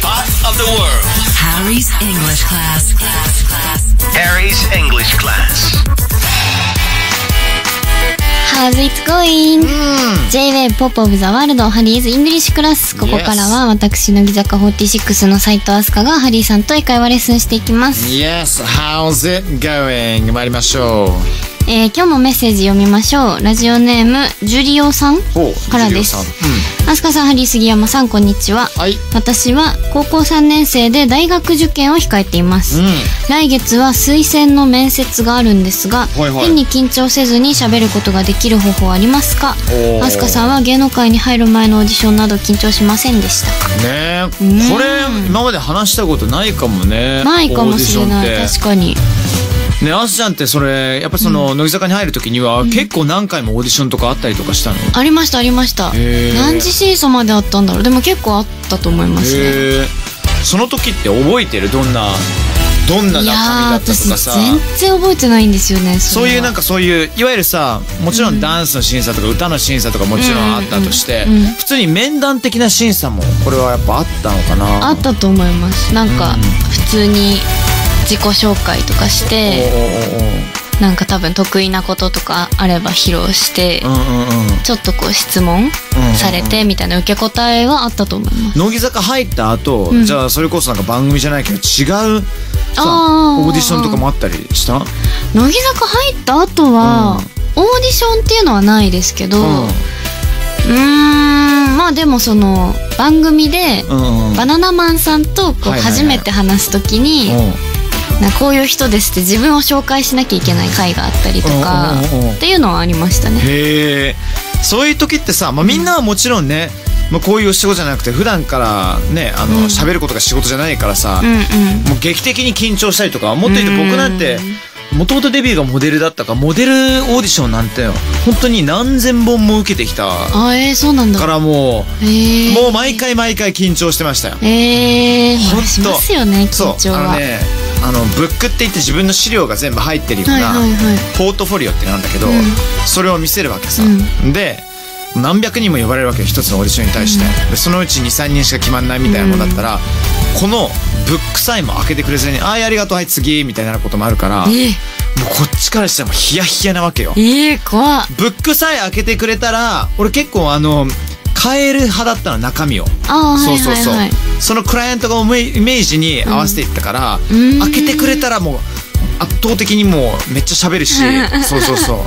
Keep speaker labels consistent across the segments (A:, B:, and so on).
A: the world.
B: Harry's English class. class, class.
A: Harry's English class.
C: ハービッツコイン J-Way Pop of the World ハリーズイングリッシュクラスここからは私乃木坂46の斉藤飛鳥がハリーさんと英会話レッスンしていきます、
D: Yes, how's it going? 参りましょう。
C: えー今日もメッセージ読みましょうラジオネームジュリオさん
D: ほう
C: からです
D: ジュリオ
C: 飛鳥さんハリー杉山さんこんにちは
D: はい。
C: 私は高校3年生で大学受験を控えています、
D: う
C: 来月は推薦の面接があるんですが、
D: はいはい
C: 変に緊張せずに喋ることができる方法ありますか
D: おー
C: アスカさんは芸能界に入る前のオーディションなど緊張しませんでしたか
D: ね
C: うん
D: え、これ今まで話したことないかもね。
C: ないかもしれ
D: オーディション
C: ない
D: って
C: 確かに
D: ねあすちゃんってそれやっぱその、乃木坂に入る時には、結構何回もオーディションとかあったりとかしたの
C: ありましたありました
D: へー
C: 何次審査まであったんだろうでも結構あったと思いますね
D: へえその時って覚えてるどんなどんない中身
C: やー
D: だった
C: 私
D: とかさ
C: 全然覚えてないんですよね
D: そういうなん
C: か
D: かそういういわゆるさもちろんダンスの審査とか歌の審査とかもちろんあったとして、
C: うんうんうん
D: 普通に面談的な審査もこれはやっぱあったのかな
C: あったと思いますなんか
D: うん
C: 普通に自己紹介とかし
D: お
C: て
D: お
C: なんか多分得意なこととかあれば披露して
D: おおうんうんうん
C: ちょっとこう質問されてみたいな受け答えはあったと思います
D: 乃木坂入った後、
C: ん
D: じゃあそれこそなんか番組じゃないけど違うさ
C: あー
D: オーディションとかもあったりした
C: 乃木坂入った後は、オーディションっていうのはないですけどう
D: うん
C: ーんまあでもその番組で、
D: うんうん
C: バナナマンさんとこう
D: はいはいはい
C: 初めて話す時に、
D: うん
C: なこういう人ですって自分を紹介しなきゃいけない回があったりとか
D: うんうんうんうん
C: っていうのはありましたね。
D: へえそういう時ってさ、まあ、みんなはもちろんね、まあ、こういうお仕事じゃなくて普段からねあの喋、ることが仕事じゃないからさ、
C: うんうん
D: もう劇的に緊張したりとかもっと言うと僕なんてもともとデビューがモデルだったからモデルオーディションなんて本当に何千本も受けてきたか
C: あえー、そうなんだ。
D: らも
C: えー、
D: うもう毎回毎回緊張してましたよ。
C: えー、
D: ほんと
C: しますよね緊
D: そう
C: 張は。
D: あのねあのブックって言って自分の資料が全部入ってるよう
C: はい
D: な
C: はいはい。
D: ポートフォリオってなんだけど、
C: ん
D: それを見せるわけさ、
C: う
D: で何百人も呼ばれるわけよ一つのオーディションに対して、でそのうち23人しか決まんないみたいなもんだったら、このブックさえも開けてくれずに「あーありがとうはい次」みたいなこともあるから、もう
C: えー、
D: こっちからしたらもうヒヤヒヤなわけよ
C: えー、怖っ
D: ブックさえ開けてくれたら俺結構あの変える派だったの中身を。
C: あー
D: そ
C: は
D: う
C: い
D: そう
C: はい
D: そう、
C: はい。
D: そのクライアントが思いイメージに合わせていったから、
C: うん
D: 開けてくれたらもう圧倒的にもうめっちゃ喋るしそうそ うそう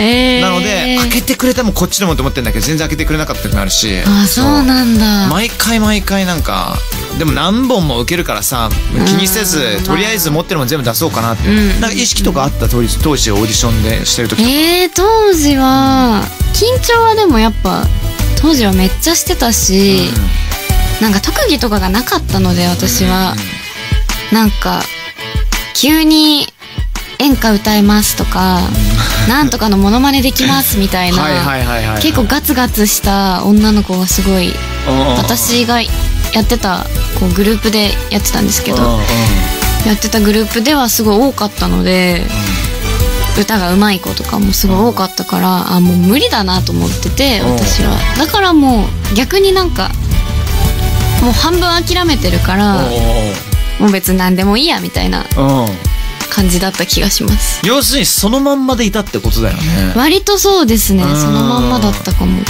C: えー、
D: なので開けてくれたらもうこっちでもと思ってんだけど全然開けてくれなかった時もあるし
C: あそうなんだ。
D: 毎回毎回なんかでも何本も受けるからさ気にせずとりあえず持ってるもん全部出そうかなって、
C: うん
D: なんか意識とかあった当時当時オーディションでしてる時とか
C: えー、当時は緊張はでもやっぱ当時はめっちゃしてたし、なんか特技とかがなかったので私は、なんか急に演歌歌えますとか、なんとかのモノマネできますみたいな
D: はいはいはいはい
C: 結構ガツガツした女の子がすごい
D: うんうんうん
C: 私がやってたこうグループでやってたんですけど
D: うんうん
C: やってたグループではすごい多かったので、歌が上手い子とかもすごい多かったから、あもう無理だなと思ってて
D: うん
C: 私はだからもう逆になんかもう半分諦めてるからもう別に何でもいいやみたいな
D: おうおうおううん
C: 感じだった気がします
D: 要するにそのまんまでいたってことだよね。
C: 割とそうですね
D: うん
C: そのまんまだったかも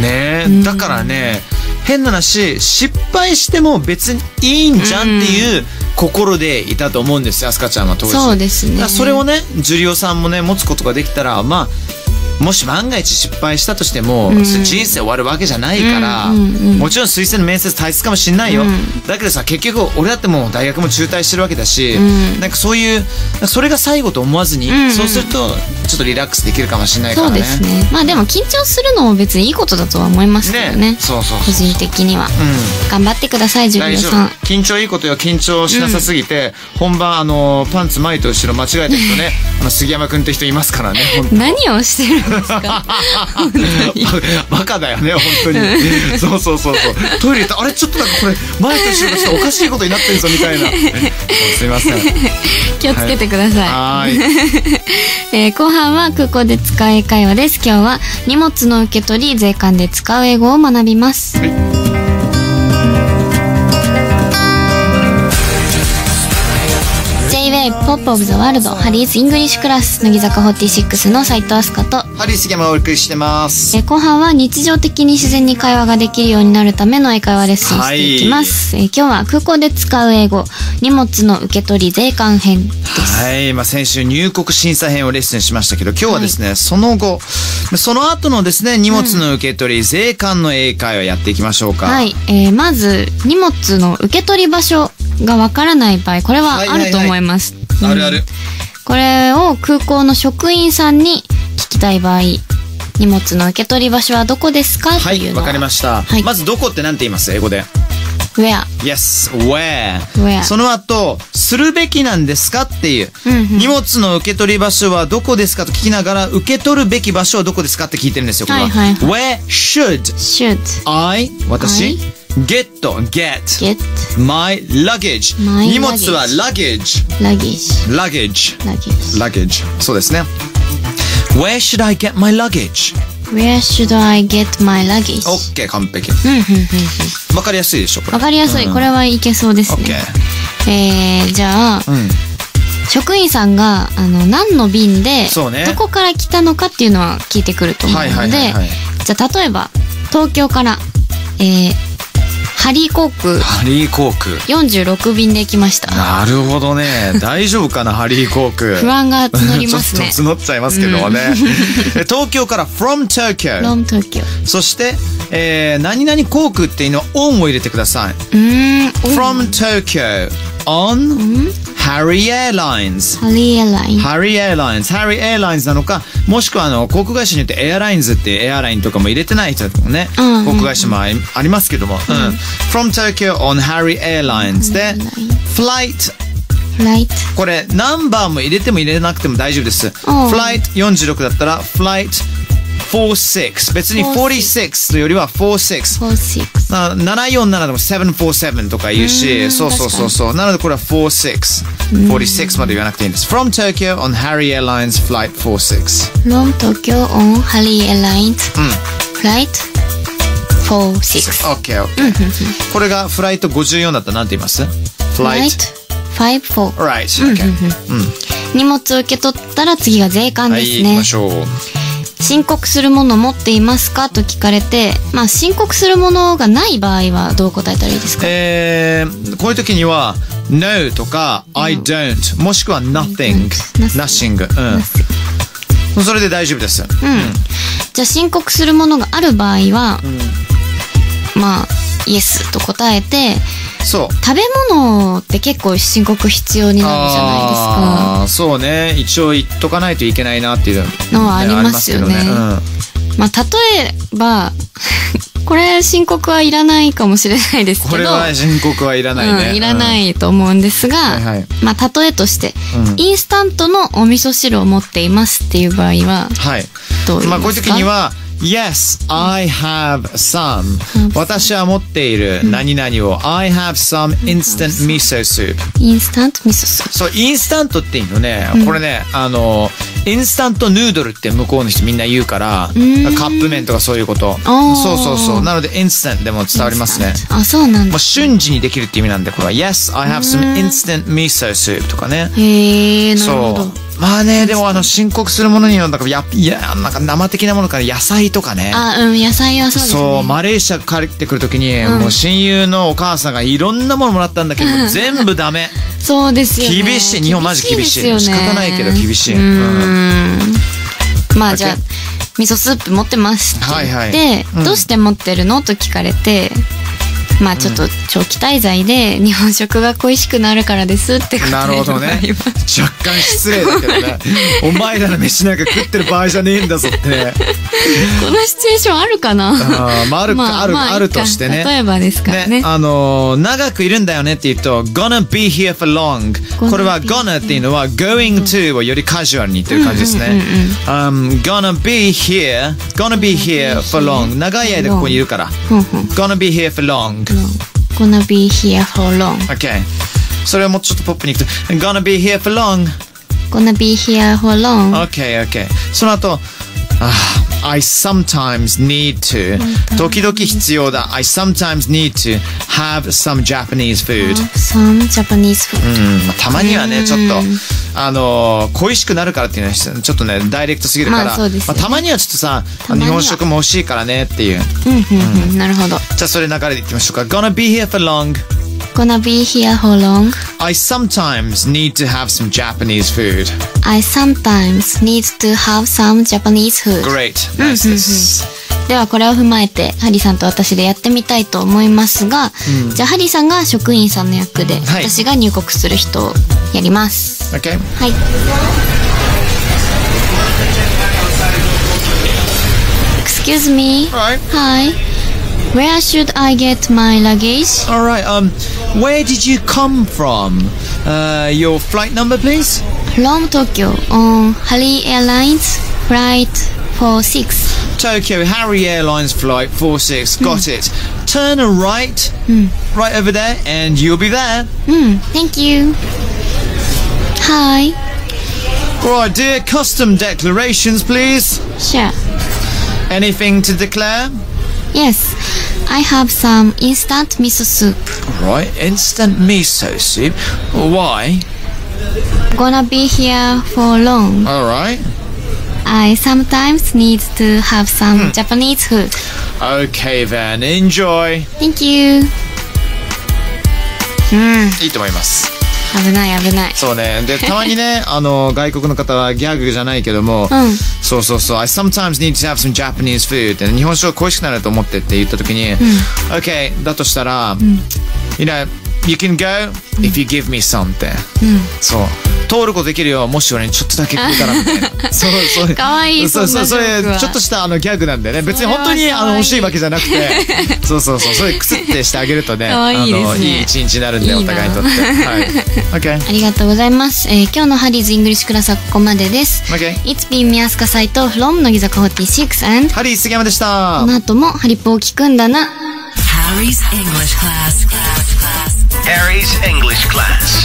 D: ね
C: ん
D: えだからね変な話失敗しても別にいいんじゃんっていう心でいたと思うんですよアスカちゃんは当時。
C: そうです
D: だか
C: ね
D: らそれをねジュリオさんもね持つことができたらまあもし万が一失敗したとしても、
C: ん
D: それ人生終わるわけじゃないから、
C: うんうんうん
D: もちろん推薦の面接大切かもしんないよ、
C: うん
D: だけどさ結局俺だってもう大学も中退してるわけだし、
C: うん
D: なんかそういうなんかそれが最後と思わずに、
C: んうん
D: そうするとちょっとリラックスできるかもしれないか
C: そ
D: ら
C: う
D: ね。
C: ですねまあでも緊張するのも別にいいことだとは思いますけどね
D: ねそうそうそう
C: 個人的には、
D: うん
C: 頑張ってくださいジュ
D: 大
C: リオ
D: 丈
C: さん
D: 夫緊張いいことよ緊張しなさすぎて、本番あのパンツ前と後ろ間違えた人ねあの杉山君って人います からねほんと
C: 何をしてるんですか
D: バカだよね本当にそうそうそうそうトイレ行ったあれちょっとなんかこれ前と後ろがちょっとおかしいことになってるぞみた いなそうすいません
C: 気をつけてください、
D: はーい
C: えー後半は空港で使う英会話です今日は荷物の受け取り税関で使う英語を学びます、
D: はい
C: ポップオブザワールドハリーズイングリッシュクラス乃木坂46の斉藤飛鳥と
D: ハリー杉山がお送りしてます
C: えー後半は日常的に自然に会話ができるようになるための英会話レッスンをしていきます、えー今日は空港で使う英語荷物の受け取り税関編
D: はい、まあ、先週入国審査編をレッスンしましたけど今日はですね、その後その後のですね荷物の受け取り、税関の英会をやっていきましょうか
C: はい、えーまず荷物の受け取り場所がわからない場合これはあると思います、
D: あるある、
C: うんこれを空港の職員さんに聞きたい場合荷物の受け取り場所はどこですか、
D: は
C: とい
D: いう
C: の
D: わかりました、
C: はい
D: まずどこって何て言います英語で
C: ウェア
D: Yes, where?
C: Where
D: その後、するべきなんですかっていう、
C: うんうん
D: 荷物の受け取り場所はどこですかと聞きながら、受け取るべき場所はどこですかって聞いてるんですよ、これは。
C: はいは
D: Where should
C: should
D: I, 私、
C: I
D: get, get,
C: get
D: my luggage?
C: my
D: 荷物は luggage,
C: luggage
D: luggage,
C: luggage
D: luggage. そうですね。Where should I get my luggage?
C: Where should I get my luggage?
D: OK, 完璧。
C: うんうんうんうん
D: わかりやすいでしょ、これ。
C: わかりやすい、これはいけそうですね OK えー、じゃあ、
D: うん。
C: 職員さんがあの何の便で、
D: そうね
C: どこから来たのかっていうのは聞いてくると思うので、
D: はいはいはいはい
C: じゃあ例えば東京から、えーハリー航空
D: ハリー航空。
C: 46便で来ました
D: なるほど ね。大丈夫かな、ハリー航空。
C: 不安が募りますね
D: ちょっと募っちゃいますけどもね。 え東京から from Tokyo。
C: from Tokyo
D: そして、えー、何々航空っていうのは on を入れてください。
C: うーん
D: from Tokyo on Harry Airlines。
C: ハリーエライン
D: ハリーエアラインズ、ハリーエアラインズなのか、もしくはあの航空会社によってエアラインズっていうエアラインとかも入れてない人もね、
C: うんうんうん
D: 航空会社もありありますけども、うん From Tokyo on Harry Airlines で、Flight
C: フライト
D: これナンバーも入れても入れなくても大丈夫です。
C: うん
D: Flight46 だったら Flight46 別に46というよりは46。
C: 46
D: な747でも747とか言う
C: うーん
D: し、そうそうそうそう。なのでこれは46。46まで言わなくていいんです。From Tokyo on Harry Airlines Flight 46。
C: from Tokyo on ハリーエラインズ、フライト46
D: OK, OK. これがフライト54だったら何て言います ?Flight。
C: Flight 54
D: Right. OK.
C: 荷物を受け取ったら次が税関
D: は
C: で
D: い、
C: す
D: 行き
C: ね、
D: ましょう。
C: 申告するもの持っていますかと聞かれてまあ申告するものがない場合はどう答えたらいいですか
D: えーこういう時には No とか I don't もしくは Nothing
C: Nothing
D: Nothing うんそれで大丈夫です
C: じゃあ申告するものがある場合は、まあイエスと答えて
D: そう
C: 食べ物って結構申告必要になるじゃないですか
D: あーそうね一応言っとかないといけないなっていう
C: のはありますよね
D: ありますけどね
C: まあ例えば これ申告はいらないかもしれないです
D: う
C: け
D: んこれ
C: ど
D: は申告はいらない
C: うん、
D: ね
C: いらないいと思うんですが、
D: いはい
C: まあ例えとして、
D: うん
C: インスタントのお味噌汁を持っていますっていう場合は
D: はい
C: どう言いますか、
D: まあこういう時には Yes, I have some 私は持っている何々を I have some instant miso soup
C: インスタント味噌汁
D: そう、インスタントっていうのね、これね、あの、インスタントヌードルって向こうの人みんな言うから、カ
C: ーん
D: ップ麺とかそういうこと。
C: あー
D: そうそうそう。なので、インスタントでも伝わります
C: イ
D: ね
C: ン。スタントあそうなん
D: も
C: だ
D: う瞬時にできるって意味なんで、これは、Yes, I have some instant miso soup とかね。
C: へえなるほ
D: そ
C: ど
D: う。まあね、でもあの、申告するものには、なんか、や、いや、なんか生的なものから野菜とかね。
C: あうん野菜はそうですね
D: そうマレーシア帰ってくるときに、もう親友のお母さんがいろんなものもらったんだけど、全部ダメ。
C: そうですよね
D: 厳しい日本マジ厳し
C: で
D: い
C: すよね
D: 仕方ないけど厳しい
C: うんまあじゃあ
D: OK
C: 味噌スープ持ってますって言って、
D: はいはいうん
C: どうして持ってるのと聞かれてまあちょっと長期滞在で日本食が恋しくなるからですってこと
D: なるほどね。若干失礼だけど ね。お前らの飯なんか食ってる場合じゃねえんだぞってね。
C: このシチュエーションあるかな
D: あーまああるかあるある
C: いいか
D: としてね
C: 例えばですからね
D: ね、あのー長くいるんだよねって言うと、gonna be here for long。
C: gonna
D: これは
C: be
D: gonna っていうのは going to をよりカジュアルに言ってる感じですね。Um, gonna be here, gonna be here for long。長い間ここにいるから。
C: ふんふん
D: gonna be here for long。
C: Gonna be here for long
D: OK。それをもうちょっとポップにいくと、gonna be here for long。
C: Gonna be here for long
D: OK, OK。その後、あー I sometimes need to 時々必要だ I sometimes need to have some Japanese food
C: サムジャパニーズフー
D: うんまあたまにはねちょっとあのー恋しくなるからっていうのはちょっとねダイレクトすぎるから、
C: まあそうですね
D: たまにはちょっとさ
C: まに
D: 日
C: は
D: 本食も欲しいからねっていう
C: ドうんうんうんなるほど
D: じゃあそれ流れでいきましょうか Gonna be here for long
C: Gonna be here for long
D: I sometimes need to have some Japanese food
C: I sometimes need to have some Japanese food
D: Great Nice です
C: ではこれを踏まえてハリさんと私でやってみたいと思いますが、じゃあハリさんが職員さんの役で、
D: はい
C: 私が入国する人をやります
D: OK
C: はい Excuse me
D: Alright
C: Hi Where should I get my luggage?
D: Alright um Where did you come from? Uh, your flight number please
C: From Tokyo on Hari Airlines Flight 46
D: Tokyo Harry Airlines flight 46 got it turn a right right over there and you'll be there
C: Hmm, thank you. Hi.
D: right dear custom declarations please
C: Sure.
D: anything to declare
C: Yes, I have some instant miso soup.
D: right instant miso soup why
C: Gonna be here for long.
D: all right
C: I sometimes need to have some Japanese food.
D: okay then enjoy
C: Thank you. うん、
D: いいと思います
C: 危ない危ない。
D: そうねでたま にねあの外国の方はギャグじゃないけども、
C: うん
D: そうそうそう「I sometimes need to have some Japanese food」って日本食恋しくなると思ってって言った時に「OK だとしたら、you know you can go if you give me some」って、そう通ることできるよもし俺にちょっとだけ食うから みたいなそうそう
C: かわいい
D: そうそう
C: そ
D: そ
C: んなジョ
D: れ
C: ークは
D: ちょっとしたあのギャグなんだよね別に本当
C: そ
D: に
C: れは
D: あ
C: かわいい
D: の欲しいわけじゃなく てそうそうそうそれくすってしてあげるとね
C: かわいいですね
D: あのいい一日になるんで
C: いい
D: お
C: な
D: 互いにとってはい OK
C: ありがとうございます。えー今日のハリーズイングリッシュクラスはここまでです。
D: Okay.
C: It's been 宮塚斎藤 from 乃木坂46 and
D: ハリー杉山でした
C: この後もハリポを聞くんだな。
B: Harry's English class. class, class.
A: Harry's English class.